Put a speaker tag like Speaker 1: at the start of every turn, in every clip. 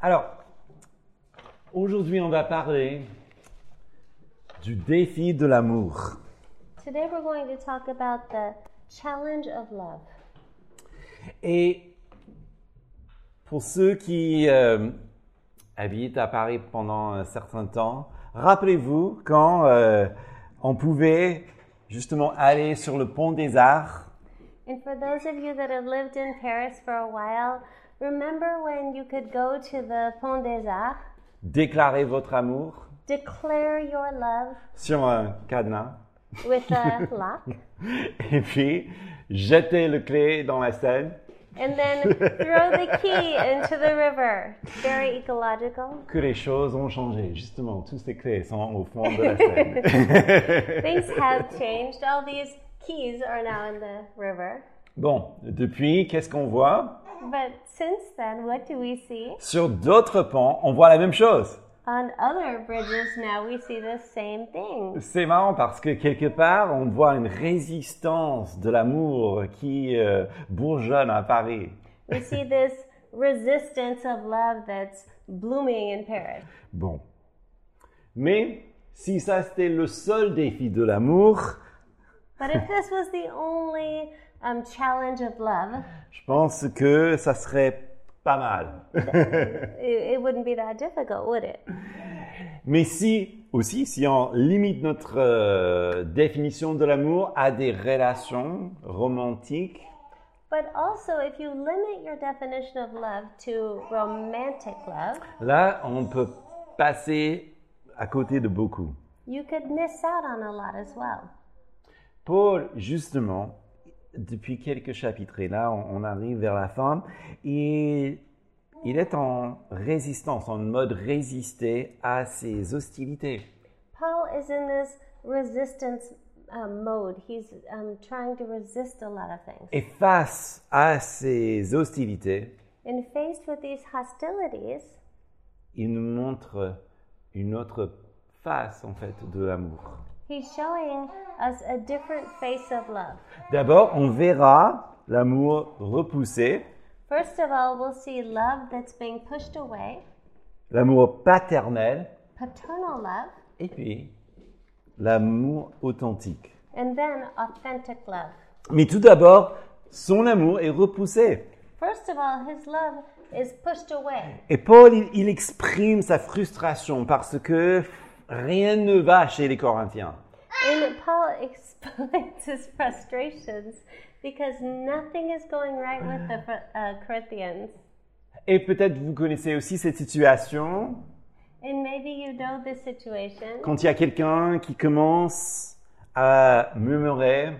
Speaker 1: Alors, aujourd'hui, on va parler du défi de l'amour.
Speaker 2: Today we're going to talk about the challenge of love.
Speaker 1: Et pour ceux qui euh, habitent à Paris pendant un certain temps, rappelez-vous quand euh, on pouvait justement aller sur le pont des arts
Speaker 2: And for those of you that have lived in Paris for a while, remember when you could go to the Pont des Arts,
Speaker 1: déclarer votre amour
Speaker 2: declare your love
Speaker 1: sur un cadenas
Speaker 2: with a lock,
Speaker 1: et puis jeter le clé dans la Seine,
Speaker 2: and then throw the key into the river. Very ecological.
Speaker 1: que les choses ont changé. Justement, tous ces clés sont au fond de la Seine.
Speaker 2: Things have changed. All these keys are now in the river.
Speaker 1: bon, depuis, qu'est-ce qu'on voit
Speaker 2: But since then, what do we see?
Speaker 1: Sur d'autres ponts, on voit la même chose.
Speaker 2: On other bridges now, we see the same thing.
Speaker 1: C'est marrant parce que quelque part, on voit une résistance de l'amour qui euh, bourgeonne à Paris.
Speaker 2: We see this resistance of love that's blooming in Paris.
Speaker 1: Bon. Mais si ça c'était le seul défi de l'amour,
Speaker 2: But if this was the only um, challenge of love,
Speaker 1: je pense que ça serait pas mal.
Speaker 2: it, it wouldn't be that difficult, would it?
Speaker 1: Mais si aussi, si on limite notre euh, définition de l'amour à des relations romantiques,
Speaker 2: But also, if you limit your definition of love to romantic love,
Speaker 1: là, on peut passer à côté de beaucoup.
Speaker 2: you could miss out on a lot as well.
Speaker 1: Paul, justement, depuis quelques chapitres, et là, on, on arrive vers la fin, il, il est en résistance, en mode résister à ses hostilités.
Speaker 2: Paul is in this resistance um, mode. He's um, trying to resist a lot of things.
Speaker 1: Et face à ses hostilités,
Speaker 2: And faced with these hostilities,
Speaker 1: il nous montre une autre face, en fait, de l'amour.
Speaker 2: he's showing us a different face of love.
Speaker 1: D'abord, on verra l'amour repoussé,
Speaker 2: First of all, we'll see love that's being pushed away,
Speaker 1: l'amour paternel,
Speaker 2: paternal love,
Speaker 1: et puis l'amour authentique.
Speaker 2: and then authentic love.
Speaker 1: Mais tout d'abord, son amour est repoussé.
Speaker 2: First of all, his love is pushed away.
Speaker 1: Et Paul, il, il exprime sa frustration parce que rien ne va chez les Corinthiens.
Speaker 2: And Paul explains his frustrations because nothing is going right with the Fr- uh, Corinthians.
Speaker 1: Et peut-être vous connaissez aussi cette situation
Speaker 2: And maybe you know this situation
Speaker 1: quand il y a quelqu'un qui commence à murmurer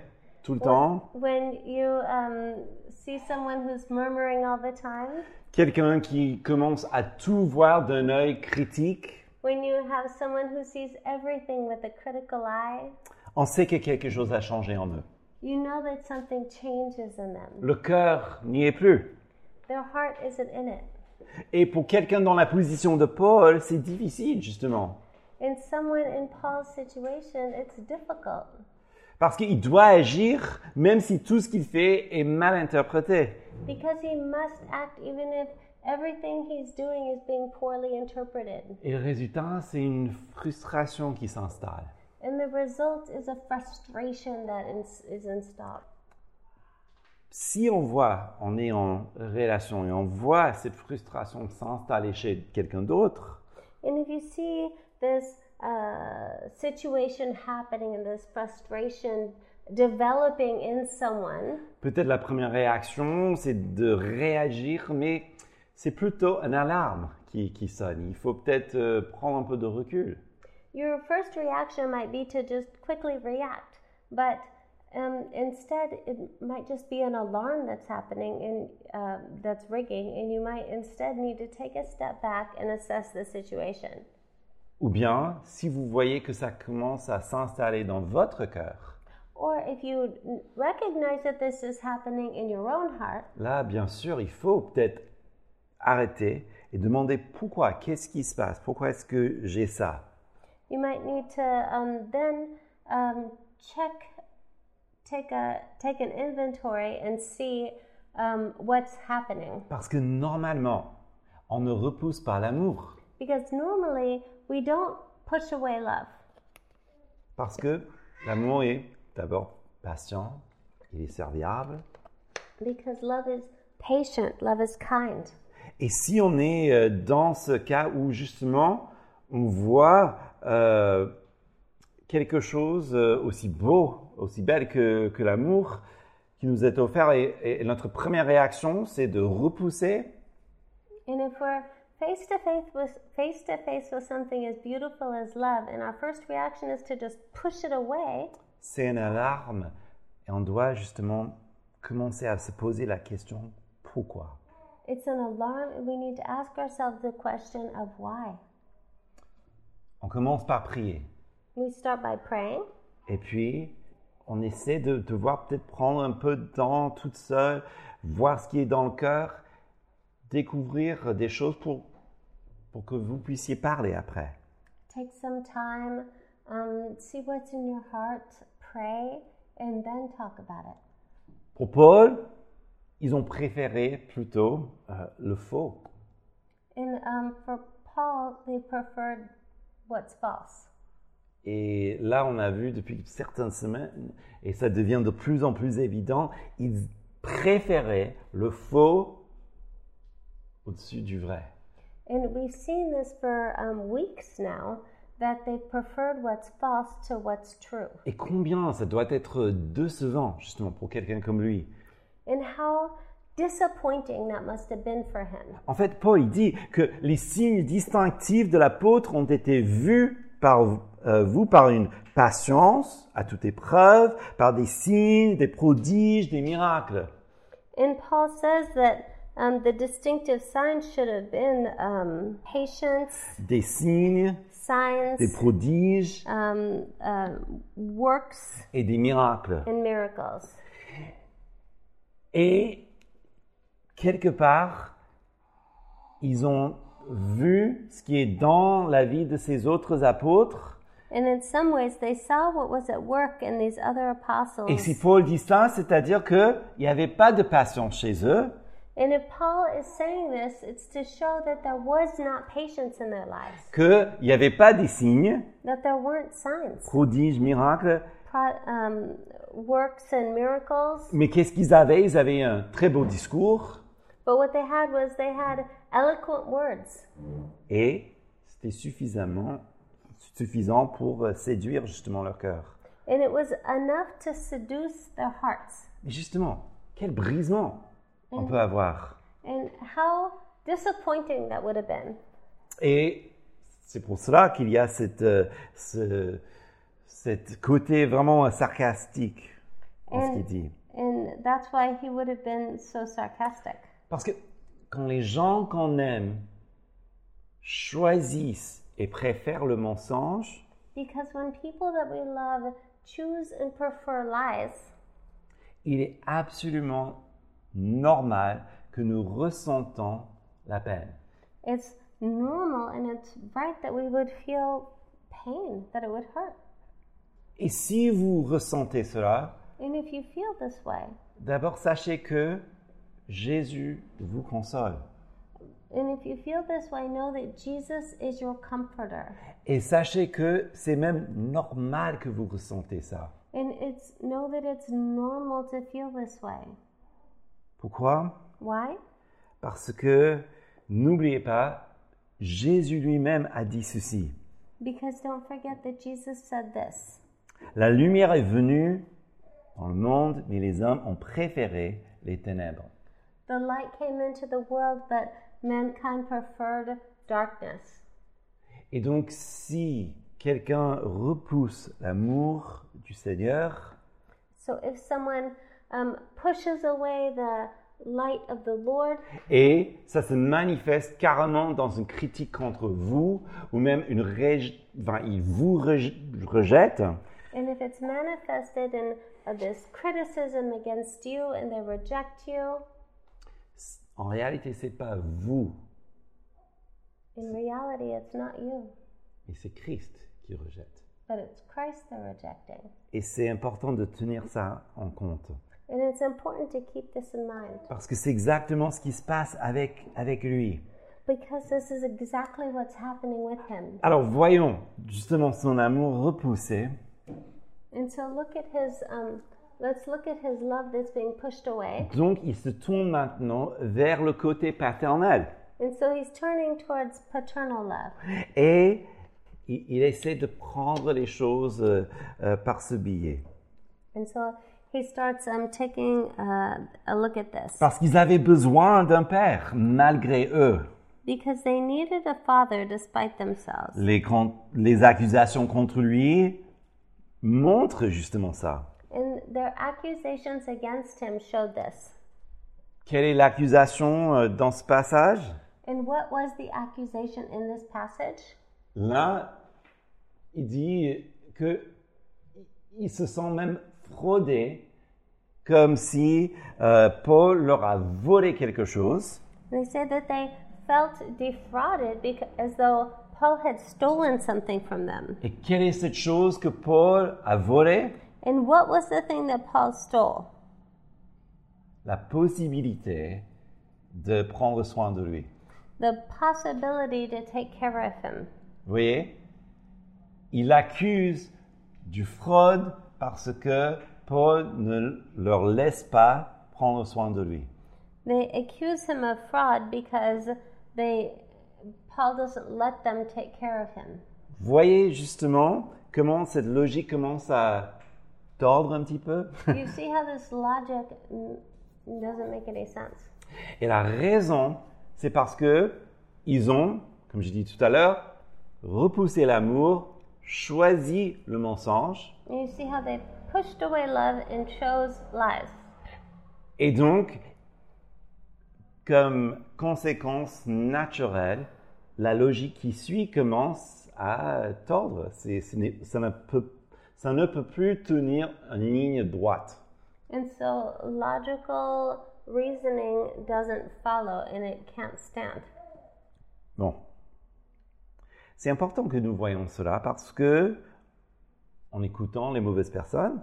Speaker 1: tout le temps,
Speaker 2: when you um, see someone who's murmuring all the time,
Speaker 1: quelqu'un qui commence à tout voir d'un œil critique.
Speaker 2: when you have someone who sees everything with a critical eye.
Speaker 1: On sait que quelque chose a changé en eux.
Speaker 2: You know that something changes in them.
Speaker 1: Le cœur n'y est plus.
Speaker 2: Their heart isn't in it.
Speaker 1: Et pour quelqu'un dans la position de Paul, c'est difficile justement.
Speaker 2: And someone in Paul's situation, it's difficult
Speaker 1: Parce qu'il doit agir même si tout ce qu'il fait est mal interprété.
Speaker 2: because he must act even if everything he's doing is being poorly interpreted.
Speaker 1: Et le résultat, c'est une frustration qui s'installe.
Speaker 2: And the result is a frustration that is, is installed.
Speaker 1: Si on voit, on est en relation et on voit cette frustration s'installer chez quelqu'un d'autre,
Speaker 2: And if you see this uh, situation happening and this frustration developing in someone,
Speaker 1: peut-être la première réaction, c'est de réagir, mais c'est plutôt une alarme qui, qui sonne. Il faut peut-être euh, prendre un peu de recul.
Speaker 2: Your first reaction might be to just quickly react, but um, instead it might just be an alarm that's happening and uh, that's ringing, and you might instead need to take a step back and assess the situation.
Speaker 1: Ou bien, si vous voyez que ça commence à s'installer dans votre cœur,
Speaker 2: Or if you n- recognize that this is happening in your own heart,
Speaker 1: là, bien sûr, il faut peut-être arrêter et demander pourquoi, qu'est-ce qui se passe, pourquoi est-ce que j'ai ça.
Speaker 2: you might need to um, then um, check, take a take an inventory and see um, what's happening.
Speaker 1: Parce que normalement, on ne repousse pas l'amour
Speaker 2: Because normally we don't push away love
Speaker 1: parce que l'amour est d'abord patient, il est serviable.
Speaker 2: because love is patient, love is kind.
Speaker 1: Et si on est euh, dans ce cas où justement on voit euh, quelque chose euh, aussi beau, aussi belle que, que l'amour qui nous est offert, et, et notre première réaction c'est de repousser,
Speaker 2: And if we're face to face with face to face with something as beautiful as love and our first reaction is to just push it away,
Speaker 1: c'est une alarme. Et on doit justement commencer à se poser la question pourquoi
Speaker 2: it's an alarm and we need to ask ourselves the question of why.
Speaker 1: On commence par prier.
Speaker 2: We start by praying
Speaker 1: Et puis, on essaie de, de voir, peut-être prendre un peu de temps toute seule, voir ce qui est dans le cœur, découvrir des choses pour, pour que vous puissiez parler après.
Speaker 2: take some time, um, see what's in your heart, pray, and then talk about it.
Speaker 1: Pour Paul, ils ont préféré plutôt euh, le faux.
Speaker 2: And um, for Paul, they preferred what's false.
Speaker 1: Et là, on a vu depuis certaines semaines, et ça devient de plus en plus évident, ils préféraient le faux au-dessus du vrai.
Speaker 2: And we've seen this for um, weeks now that they preferred what's false to what's true.
Speaker 1: Et combien ça doit être décevant, justement, pour quelqu'un comme lui.
Speaker 2: And how disappointing that must have been for him.
Speaker 1: En fait, Paul il dit que les signes distinctifs de l'apôtre ont été vus par euh, vous par une patience à toute épreuve, par des signes, des prodiges, des miracles.
Speaker 2: And Paul says that um, the distinctive signs should have been um, patience,
Speaker 1: Des signes,
Speaker 2: signs,
Speaker 1: des prodiges
Speaker 2: um, um, works,
Speaker 1: et des miracles.
Speaker 2: and miracles.
Speaker 1: Et quelque part, ils ont vu ce qui est dans la vie de ces autres apôtres
Speaker 2: And in some ways, they saw what was at work in these other apostles.
Speaker 1: Et si Paul dit ça, c'est-à-dire qu'il n'y avait pas de patience chez eux,
Speaker 2: And if Paul is saying this, it's to show that there was not patience in their lives,
Speaker 1: qu'il n'y avait pas des signes,
Speaker 2: that there weren't signs,
Speaker 1: prodiges, miracles.
Speaker 2: pro- um, works, and miracles.
Speaker 1: Mais qu'est-ce qu'ils avaient Ils avaient un très beau discours
Speaker 2: But what they had was they had eloquent words,
Speaker 1: et c'était suffisamment suffisant pour euh, séduire justement leur cœur.
Speaker 2: and it was enough to seduce their hearts.
Speaker 1: Mais justement, quel brisement on peut avoir.
Speaker 2: And how disappointing that would have been.
Speaker 1: Et c'est pour cela qu'il y a cette, euh, ce cette côté vraiment sarcastique en ce
Speaker 2: Mm.
Speaker 1: qu'il dit.
Speaker 2: And that's why he would have been so sarcastic.
Speaker 1: Parce que quand les gens qu'on aime choisissent et préfèrent le mensonge,
Speaker 2: Because when people that we love choose and prefer lies,
Speaker 1: il est absolument normal que nous ressentons la peine.
Speaker 2: it's normal and it's right that we would feel pain, that it would hurt.
Speaker 1: Et si vous ressentez cela,
Speaker 2: And if you feel this way,
Speaker 1: d'abord sachez que Jésus vous console.
Speaker 2: and if you feel this way, know that Jesus is your comforter.
Speaker 1: Et sachez que c'est même normal que vous ressentez ça.
Speaker 2: And it's know that it's normal to feel this way.
Speaker 1: Pourquoi
Speaker 2: Why?
Speaker 1: Parce que, n'oubliez pas, Jésus lui-même a dit ceci.
Speaker 2: Because don't forget that Jesus said this.
Speaker 1: La lumière est venue dans le monde, mais les hommes ont préféré les ténèbres.
Speaker 2: The light came into the world, but mankind preferred darkness.
Speaker 1: Et donc, si quelqu'un repousse l'amour du Seigneur,
Speaker 2: So if someone um, pushes away the light of the Lord,
Speaker 1: et ça se manifeste carrément dans une critique contre vous, ou même une rejet, enfin, il vous reje- rejette,
Speaker 2: and if it's manifested in uh, this criticism against you and they reject you,
Speaker 1: en réalité, c'est pas vous,
Speaker 2: in reality, it's not you,
Speaker 1: mais c'est Christ qui rejette.
Speaker 2: but it's Christ they're rejecting.
Speaker 1: Et c'est important de tenir ça en compte.
Speaker 2: And it's important to keep this in mind
Speaker 1: Parce que c'est exactement ce qui se passe avec, avec lui.
Speaker 2: because this is exactly what's happening with him.
Speaker 1: Alors voyons justement son amour repoussé
Speaker 2: And so look at his, um, let's look at his love that's being pushed away.
Speaker 1: Donc, il se tourne maintenant vers le côté paternel
Speaker 2: And so he's turning towards paternal love.
Speaker 1: et il, il essaie de prendre les choses euh, euh, par ce billet.
Speaker 2: And so he starts um, taking uh, a look at this
Speaker 1: Parce qu'ils avaient besoin d'un père, malgré eux.
Speaker 2: because they needed a father despite themselves.
Speaker 1: Les, con- les accusations contre lui montrent justement ça.
Speaker 2: And their accusations against him showed this.
Speaker 1: Quelle est l'accusation euh, dans ce passage
Speaker 2: And what was the accusation in this passage?
Speaker 1: L'un, il dit que il se sent même fraudé, comme si euh, Paul leur a volé quelque chose.
Speaker 2: They said that they felt defrauded because, as though Paul had stolen something from them.
Speaker 1: Et quelle est cette chose que Paul a volée
Speaker 2: And what was the thing that Paul stole?
Speaker 1: La possibilité de prendre soin de lui.
Speaker 2: The possibility to take care of him.
Speaker 1: Vous voyez Il accuse du fraude parce que Paul ne leur laisse pas prendre soin de lui.
Speaker 2: They accuse him of fraud because they Paul doesn't let them take care of him.
Speaker 1: Voyez justement comment cette logique commence à tordre un petit peu.
Speaker 2: You see how this logic mm, doesn't make any sense.
Speaker 1: Et la raison, c'est parce que ils ont, comme j'ai dit tout à l'heure, repoussé l'amour, choisi le mensonge,
Speaker 2: And you see how they pushed away love and chose lies.
Speaker 1: et donc, comme conséquence naturelle, la logique qui suit commence à tordre. C'est- ce n'est- ça, ne peut, ça ne peut plus tenir une ligne droite.
Speaker 2: And so logical reasoning doesn't follow and it can't stand.
Speaker 1: Bon. C'est important que nous voyons cela parce que, en écoutant les mauvaises personnes,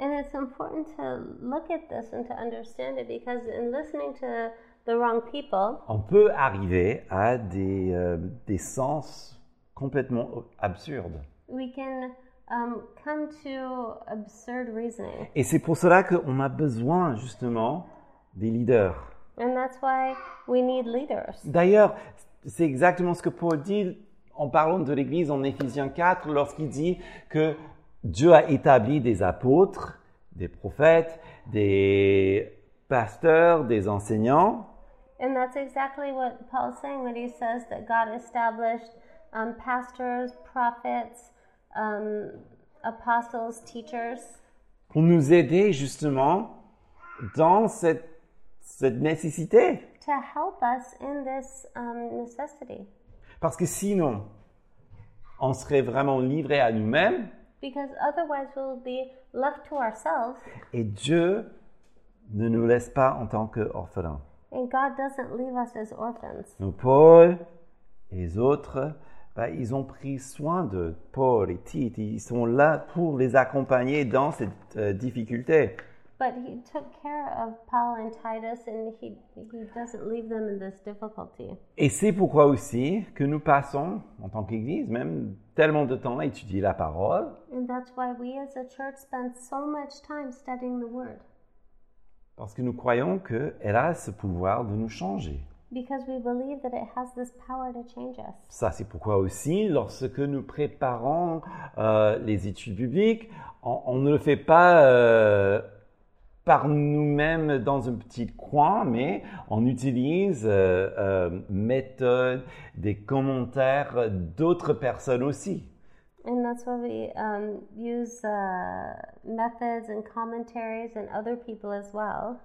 Speaker 2: And it's important to look at this and to understand it because in listening to the wrong people,
Speaker 1: on peut arriver à des, euh, des sens complètement absurdes.
Speaker 2: we can um, come to absurd reasoning.
Speaker 1: Et c'est pour cela qu'on a besoin justement des leaders.
Speaker 2: And that's why we need leaders.
Speaker 1: D'ailleurs, c'est exactement ce que Paul dit en parlant de l'Église en Éphésiens 4 lorsqu'il dit que Dieu a établi des apôtres, des prophètes, des pasteurs, des enseignants
Speaker 2: And that's exactly what Paul's saying when he says that God established um, pastors, prophets, um, apostles, teachers
Speaker 1: pour nous aider justement dans cette, cette nécessité.
Speaker 2: to help us in this um, necessity.
Speaker 1: Parce que sinon, on serait vraiment livré à nous-mêmes
Speaker 2: Because otherwise, we'll be left to ourselves,
Speaker 1: et Dieu ne nous laisse pas en tant qu'orphelins.
Speaker 2: and God doesn't leave us as orphans.
Speaker 1: Donc Paul et les autres, bah, ils ont pris soin de Paul et Tite. Ils sont là pour les accompagner dans cette euh, difficulté.
Speaker 2: But he took care of Paul and Titus, and he, he doesn't leave them in this difficulty.
Speaker 1: Et c'est pourquoi aussi que nous passons, en tant qu'Église, même tellement de temps à étudier la parole,
Speaker 2: And that's why we as a church spend so much time studying the Word,
Speaker 1: parce que nous croyons qu'elle a ce pouvoir de nous changer.
Speaker 2: because we believe that it has this power to change us.
Speaker 1: Ça, c'est pourquoi aussi, lorsque nous préparons euh, les études publiques, on, on ne le fait pas euh, par nous-mêmes dans un petit coin, mais on utilise euh, euh, méthodes, des commentaires d'autres personnes aussi.
Speaker 2: And that's why we um, use uh, methods and commentaries and other people as well.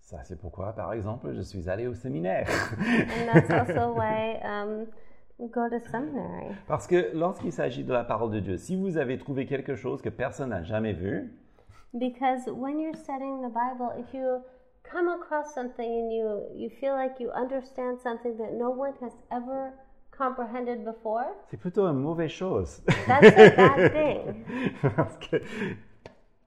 Speaker 1: Ça, c'est pourquoi, par exemple, je suis allé au séminaire.
Speaker 2: And that's also why um, we go to seminary.
Speaker 1: Parce que lorsqu'il s'agit de la parole de Dieu, si vous avez trouvé quelque chose que personne n'a jamais vu,
Speaker 2: Because when you're studying the Bible, if you come across something and you, you feel like you understand something that no one has ever comprehended before,
Speaker 1: c'est plutôt une mauvaise chose.
Speaker 2: that's a bad thing.
Speaker 1: Parce que,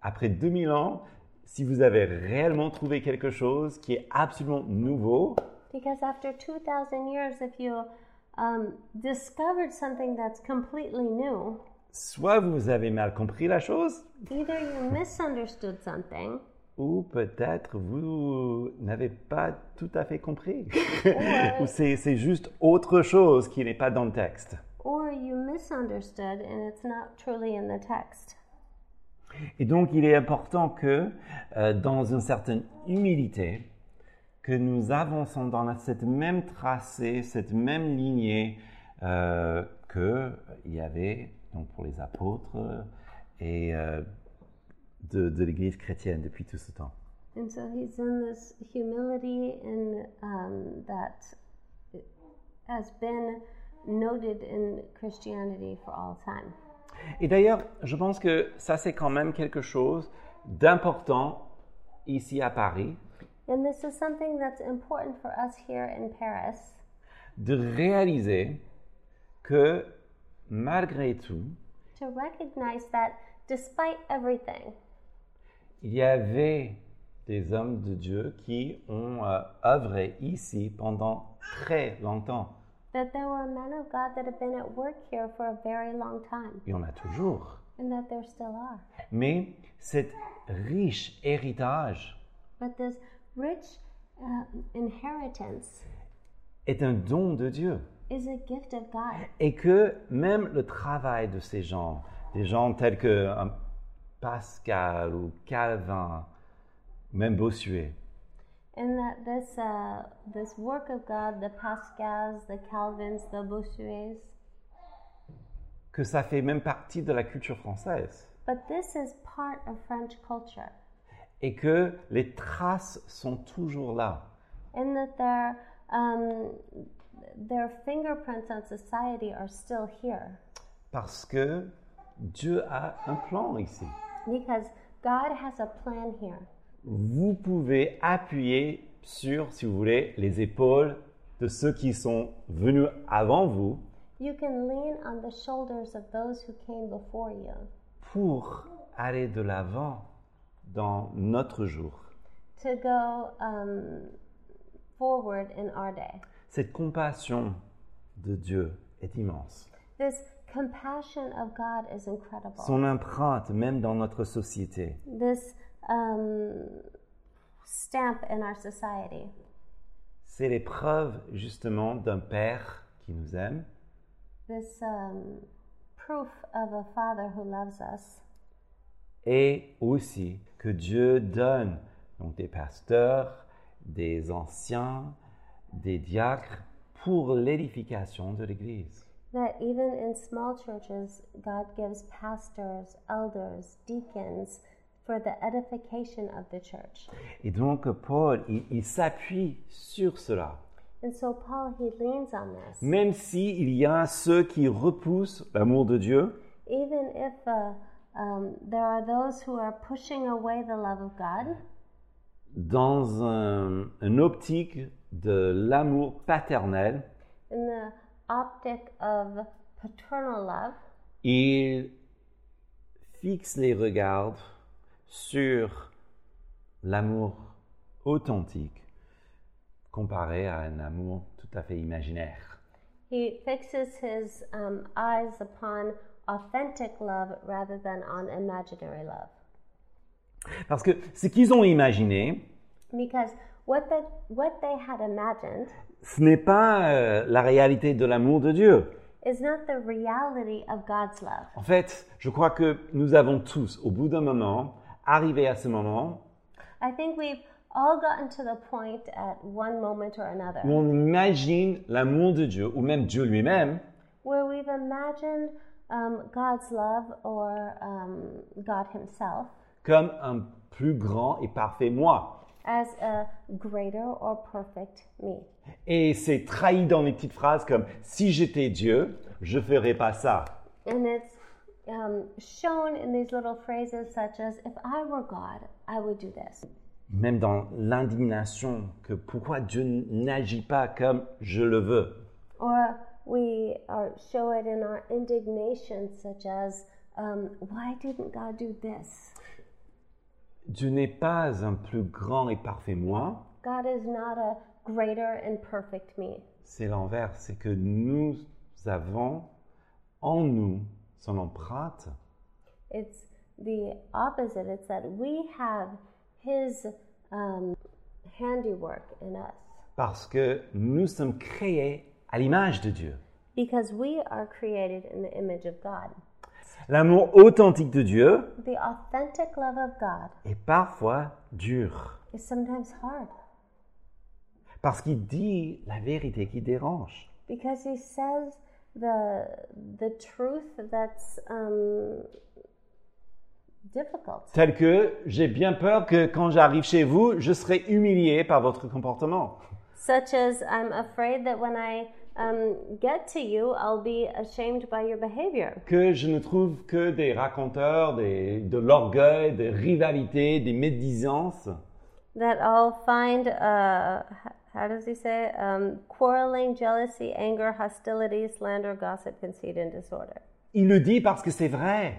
Speaker 1: après 2000 ans, si vous avez réellement trouvé quelque chose qui est absolument nouveau,
Speaker 2: Because after 2,000 years, if you um, discovered something that's completely new,
Speaker 1: Soit vous avez mal compris la chose,
Speaker 2: either you misunderstood something
Speaker 1: ou peut-être vous n'avez pas tout à fait compris. ou c'est c'est juste autre chose qui n'est pas dans le texte.
Speaker 2: or you misunderstood and it's not truly in the text.
Speaker 1: Et donc, il est important que, euh, dans une certaine humilité, que nous avançons dans la- cette même tracée, cette même lignée euh, que il y avait donc pour les apôtres euh, et euh, de, de l'Église chrétienne depuis tout ce temps.
Speaker 2: And so he's in this humility and um, that has been noted in Christianity for all time.
Speaker 1: Et d'ailleurs, je pense que ça c'est quand même quelque chose d'important ici à Paris,
Speaker 2: And this is something that's important for us here in Paris
Speaker 1: de réaliser que malgré tout,
Speaker 2: to recognize that despite everything,
Speaker 1: il y avait des hommes de Dieu qui ont euh, œuvré ici pendant très longtemps.
Speaker 2: that there were men of God that have been at work here for a very long time,
Speaker 1: Il y en a toujours.
Speaker 2: and that there still are.
Speaker 1: Mais cet riche héritage
Speaker 2: But this rich uh, inheritance
Speaker 1: est un don de Dieu.
Speaker 2: is a gift of God.
Speaker 1: Et que même le travail de ces gens, des gens tels que euh, Pascal ou Calvin, même Bossuet,
Speaker 2: And that this uh, this work of God, the Pascals, the Calvins, the Bossuets,
Speaker 1: que ça fait même partie de la culture française.
Speaker 2: but this is part of French culture,
Speaker 1: Et que les traces sont toujours là.
Speaker 2: and that their um, their fingerprints on society are still here
Speaker 1: Parce que Dieu a un plan ici.
Speaker 2: because God has a plan here.
Speaker 1: Vous pouvez appuyer sur, si vous voulez, les épaules de ceux qui sont venus avant vous
Speaker 2: You can lean on the shoulders of those who came before you
Speaker 1: pour aller de l'avant dans notre jour.
Speaker 2: to go um, forward in our day.
Speaker 1: Cette compassion de Dieu est immense.
Speaker 2: This compassion of God is incredible.
Speaker 1: Son empreinte, même dans notre société,
Speaker 2: this um, stamp in our society.
Speaker 1: c'est l'épreuve justement d'un Père qui nous aime
Speaker 2: This um, proof of a father who loves us,
Speaker 1: et aussi que Dieu donne donc des pasteurs, des anciens, des diacres pour l'édification de l'Église.
Speaker 2: that even in small churches, God gives pastors, elders, deacons for the edification of the church.
Speaker 1: Et donc Paul, il, il s'appuie sur cela,
Speaker 2: And so Paul, he leans on this.
Speaker 1: même s'il y a ceux qui repoussent l'amour de Dieu
Speaker 2: Even if uh, um, there are those who are pushing away the love of God
Speaker 1: dans un- une optique de l'amour paternel,
Speaker 2: in the optic of paternal love,
Speaker 1: il fixe les regards sur l'amour authentique comparé à un amour tout à fait imaginaire.
Speaker 2: He fixes his um, eyes upon authentic love rather than on imaginary love.
Speaker 1: Parce que ce qu'ils ont imaginé,
Speaker 2: Because what, the, what they had imagined
Speaker 1: ce n'est pas euh, la réalité de l'amour de Dieu.
Speaker 2: is not the reality of God's love.
Speaker 1: En fait, je crois que nous avons tous, au bout d'un moment, arrivé à ce moment
Speaker 2: I think we've all gotten to the point at one moment or another
Speaker 1: où on imagine l'amour de Dieu, ou même Dieu lui-même,
Speaker 2: where we've imagined um, God's love or um, God Himself
Speaker 1: comme un plus grand et parfait moi.
Speaker 2: as a greater or perfect me.
Speaker 1: Et c'est trahi dans les petites phrases comme si j'étais Dieu, je ferais pas ça.
Speaker 2: And it's um, shown in these little phrases such as, if I were God, I would do this.
Speaker 1: Même dans l'indignation que pourquoi Dieu n'agit pas comme je le veux.
Speaker 2: Or we are, show it in our indignation, such as, um, why didn't God do this?
Speaker 1: Dieu n'est pas un plus grand et parfait moi,
Speaker 2: God is not a greater and perfect me.
Speaker 1: C'est l'envers, c'est que nous avons en nous son empreinte
Speaker 2: It's the opposite. It's that we have His um, handiwork in us
Speaker 1: parce que nous sommes créés à l'image de Dieu.
Speaker 2: because we are created in the image of God.
Speaker 1: L'amour authentique de Dieu
Speaker 2: The authentic love of God
Speaker 1: est parfois dur
Speaker 2: is sometimes hard
Speaker 1: parce qu'il dit la vérité qui dérange.
Speaker 2: because He says the the truth that's um, difficult.
Speaker 1: Tel que j'ai bien peur que quand j'arrive chez vous, je serai humilié par votre comportement.
Speaker 2: such as I'm afraid that when I um, get to you, I'll be ashamed by your behavior.
Speaker 1: que je ne trouve que des raconteurs, des- de l'orgueil, des rivalités, des médisances.
Speaker 2: That I'll find, uh, h- how does he say, it? um, quarreling, jealousy, anger, hostility, slander, gossip, conceit, and disorder.
Speaker 1: Il le dit parce que c'est vrai.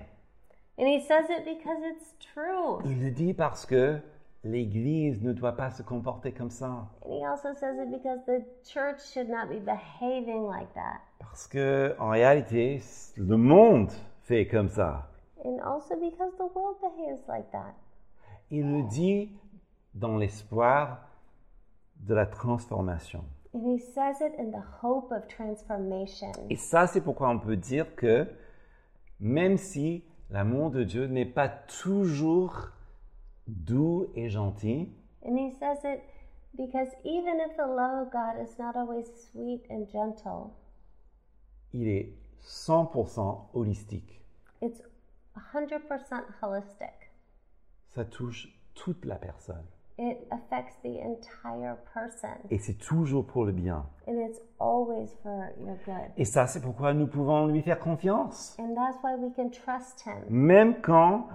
Speaker 2: And he says it because it's true.
Speaker 1: Il le dit parce que l'Église ne doit pas se comporter comme ça.
Speaker 2: And he also says it because the church should not be behaving like that.
Speaker 1: Parce que, en réalité, le monde fait comme ça.
Speaker 2: And also because the world behaves like that.
Speaker 1: Il le dit dans l'espoir de la transformation.
Speaker 2: And he says it in the hope of transformation.
Speaker 1: Et ça, c'est pourquoi on peut dire que même si l'amour de Dieu n'est pas toujours doux et gentil,
Speaker 2: And he says it because even if the love of God is not always sweet and gentle,
Speaker 1: il est 100% holistique.
Speaker 2: it's 100% holistic.
Speaker 1: Ça touche toute la personne.
Speaker 2: It affects the entire person,
Speaker 1: Et c'est toujours pour le bien.
Speaker 2: and it's always for your good.
Speaker 1: Et ça, c'est pourquoi nous pouvons lui faire confiance.
Speaker 2: And that's why we can trust him,
Speaker 1: Même quand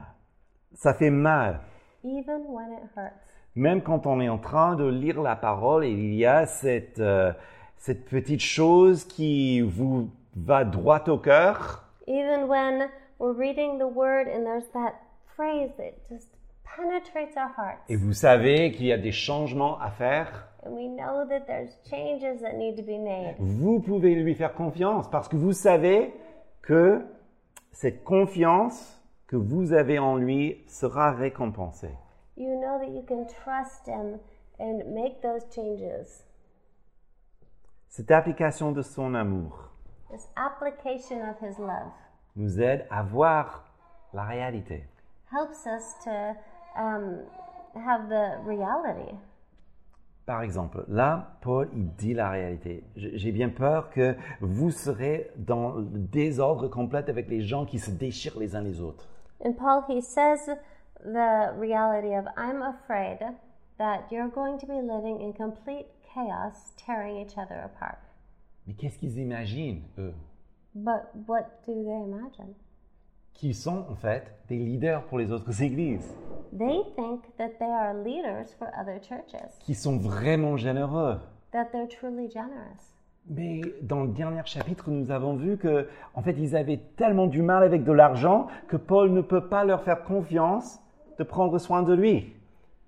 Speaker 1: ça fait mal,
Speaker 2: even when it hurts.
Speaker 1: même quand on est en train de lire la parole et il y a cette, euh, cette petite chose qui vous va droit au cœur,
Speaker 2: Even when we're reading the word and there's that phrase that just penetrates our hearts,
Speaker 1: et vous savez qu'il y a des changements à faire,
Speaker 2: and we know that there's changes that need to be made.
Speaker 1: vous pouvez lui faire confiance parce que vous savez que cette confiance que vous avez en lui sera récompensée.
Speaker 2: you know that you can trust him and make those changes.
Speaker 1: Cette application de son amour
Speaker 2: This application of his love
Speaker 1: nous aide à voir la réalité.
Speaker 2: helps us to um, have the reality.
Speaker 1: Par exemple, là, Paul, il dit la réalité. J- J'ai bien peur que vous serez dans le désordre complet avec les gens qui se déchirent les uns les autres.
Speaker 2: And Paul, he says the reality of, I'm afraid that you're going to be living in complete chaos, tearing each other apart.
Speaker 1: Mais qu'est-ce qu'ils imaginent, eux
Speaker 2: But what do they imagine?
Speaker 1: Qui sont, en fait, des leaders pour les autres églises,
Speaker 2: They think that they are leaders for other churches,
Speaker 1: qui sont vraiment généreux.
Speaker 2: that they're truly generous.
Speaker 1: Mais dans le dernier chapitre, nous avons vu que, en fait, ils avaient tellement du mal avec de l'argent que Paul ne peut pas leur faire confiance de prendre soin de lui.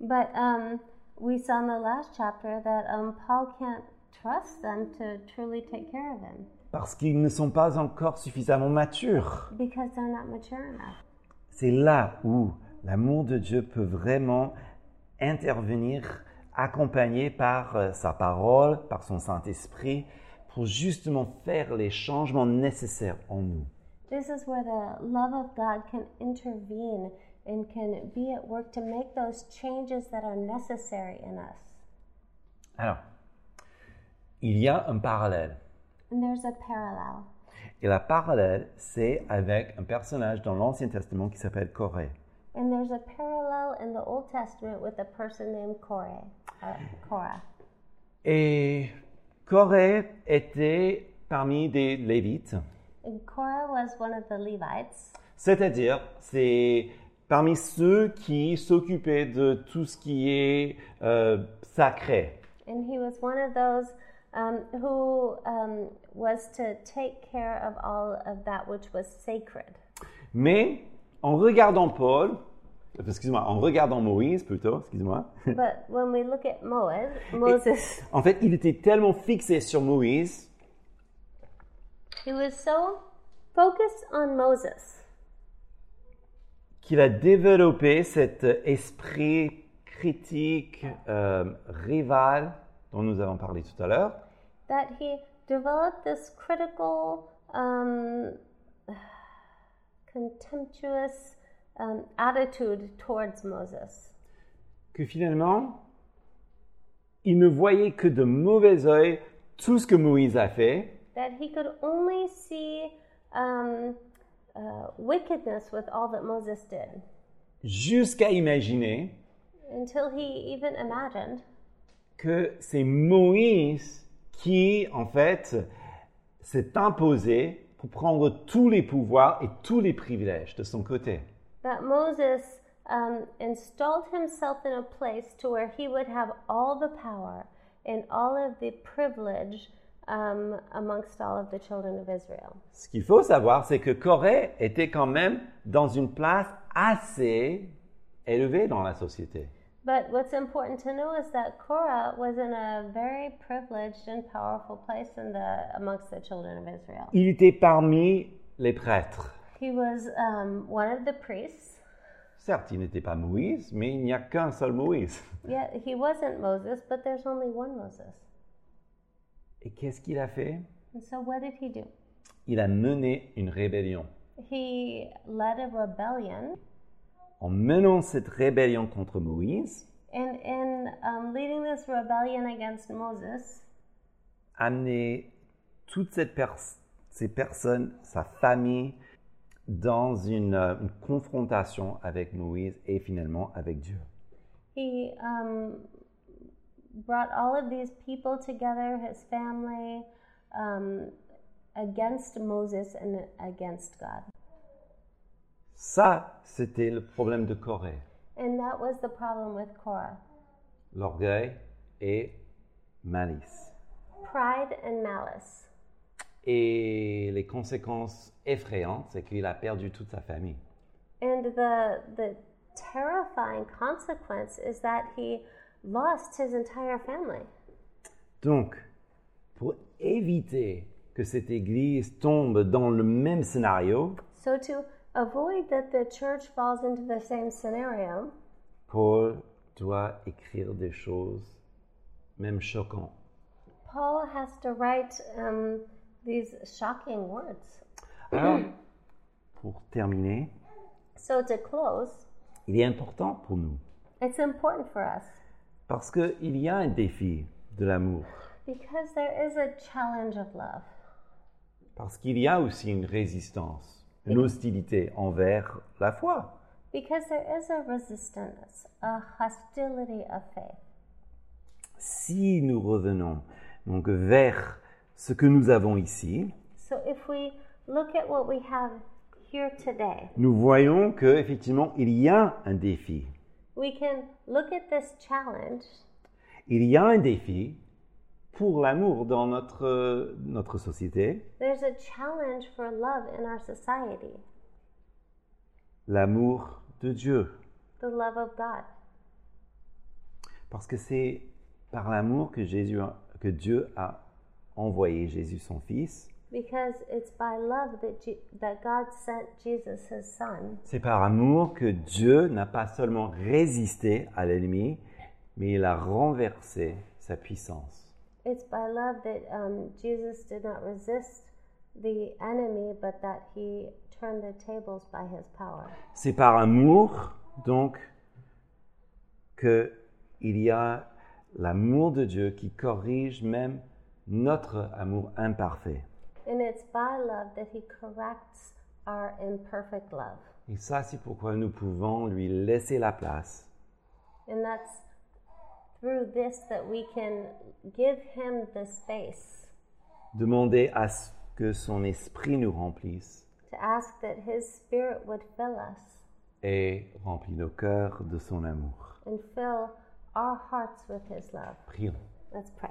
Speaker 2: But um, we saw in the last chapter that um, Paul can't trust them to truly take care of him
Speaker 1: Parce qu'ils ne sont pas encore suffisamment matures.
Speaker 2: because they're not mature enough.
Speaker 1: C'est là où l'amour de Dieu peut vraiment intervenir, accompagné par euh, sa parole, par son Saint-Esprit, pour justement faire les changements nécessaires en nous.
Speaker 2: This is where the love of God can intervene and can be at work to make those changes that are necessary in us.
Speaker 1: Alors, il y a un parallèle.
Speaker 2: And there's a parallel.
Speaker 1: Et la parallèle, c'est avec un personnage dans l'Ancien Testament qui s'appelle Corée.
Speaker 2: And there's a parallel in the Old Testament with a person named Korah. Uh, Korah.
Speaker 1: Et Corée était parmi des Lévites,
Speaker 2: And Korah was one of the Levites.
Speaker 1: c'est-à-dire c'est parmi ceux qui s'occupaient de tout ce qui est euh, sacré.
Speaker 2: And he was one of those um, who um, was to take care of all of that which was sacred.
Speaker 1: Mais en regardant Paul, euh, excuse-moi, en regardant Moïse plutôt, excuse-moi,
Speaker 2: But when we look at Moes, Moses,
Speaker 1: en fait, il était tellement fixé sur Moïse
Speaker 2: he was so focused on Moses
Speaker 1: qu'il a développé cet esprit critique, euh, rival, dont nous avons parlé tout à l'heure,
Speaker 2: that he developed this critical, um, contemptuous um, attitude towards Moses.
Speaker 1: que finalement, il ne voyait que de mauvais oeil tout ce que Moïse a fait,
Speaker 2: That he could only see um, uh, wickedness with all that Moses did
Speaker 1: jusqu'à imaginer
Speaker 2: until he even imagined
Speaker 1: que c'est Moïse qui, en fait, s'est imposé pour prendre tous les pouvoirs et tous les privilèges de son côté.
Speaker 2: that Moses um, installed himself in a place to where he would have all the power and all of the privilege um, amongst all of the children of Israel.
Speaker 1: Ce qu'il faut savoir, c'est que Corée était quand même dans une place assez élevée dans la société.
Speaker 2: But what's important to know is that Korah was in a very privileged and powerful place in the amongst the children of Israel.
Speaker 1: Il était parmi les prêtres.
Speaker 2: He was um, one of the priests.
Speaker 1: Certes, il n'était pas Moïse, mais il n'y a qu'un seul Moïse.
Speaker 2: Yet he wasn't Moses, but there's only one Moses.
Speaker 1: Et qu'est-ce qu'il a fait
Speaker 2: And so what did he do?
Speaker 1: Il a mené une rébellion.
Speaker 2: He led a rebellion
Speaker 1: En menant cette rébellion contre Moïse,
Speaker 2: And in um, leading this rebellion against Moses,
Speaker 1: amener toutes cette pers- ces personnes, sa famille, dans une, euh, une confrontation avec Moïse et finalement avec Dieu.
Speaker 2: he um, brought all of these people together, his family, um, against Moses and against God.
Speaker 1: Ça, c'était le problème de Corée,
Speaker 2: And that was the problem with Korah
Speaker 1: l'orgueil et malice.
Speaker 2: pride and malice.
Speaker 1: Et les conséquences effrayantes, c'est qu'il a perdu toute sa famille.
Speaker 2: And the, the terrifying consequence is that he lost his entire family.
Speaker 1: Donc, pour éviter que cette Église tombe dans le même scénario,
Speaker 2: So, to avoid that the church falls into the same scenario,
Speaker 1: Paul doit écrire des choses même choquantes.
Speaker 2: Paul has to write um, these shocking words.
Speaker 1: Alors, pour terminer,
Speaker 2: So, to close,
Speaker 1: il est important pour nous
Speaker 2: it's important for us
Speaker 1: parce qu'il y a un défi de l'amour,
Speaker 2: because there is a challenge of love,
Speaker 1: parce qu'il y a aussi une résistance, une hostilité envers la foi.
Speaker 2: because there is a resistance, a hostility of faith.
Speaker 1: Si nous revenons donc vers ce que nous avons ici,
Speaker 2: So, if we look at what we have here today,
Speaker 1: nous voyons que effectivement il y a un défi.
Speaker 2: we can look at this challenge.
Speaker 1: Il y a un défi pour l'amour dans notre, notre société,
Speaker 2: There's a challenge for love in our society,
Speaker 1: l'amour de Dieu.
Speaker 2: the love of God,
Speaker 1: Parce que c'est par l'amour que, Jésus a- que Dieu a envoyé Jésus son Fils.
Speaker 2: because it's by love that, Je- that God sent Jesus, his son.
Speaker 1: C'est par amour que Dieu n'a pas seulement résisté à l'ennemi, mais il a renversé sa puissance.
Speaker 2: It's by love that um, Jesus did not resist the enemy, but that he turned the tables by his power.
Speaker 1: C'est par amour, donc, que il y a l'amour de Dieu qui corrige même notre amour imparfait.
Speaker 2: And it's by love that he corrects our imperfect love.
Speaker 1: Et ça, c'est pourquoi nous pouvons lui laisser la place
Speaker 2: And that's through this that we can give him the space
Speaker 1: demander à ce que son esprit nous remplisse
Speaker 2: to ask that his spirit would fill us
Speaker 1: et remplit nos cœurs de son amour.
Speaker 2: and fill our hearts with his love.
Speaker 1: Prions.
Speaker 2: Let's pray.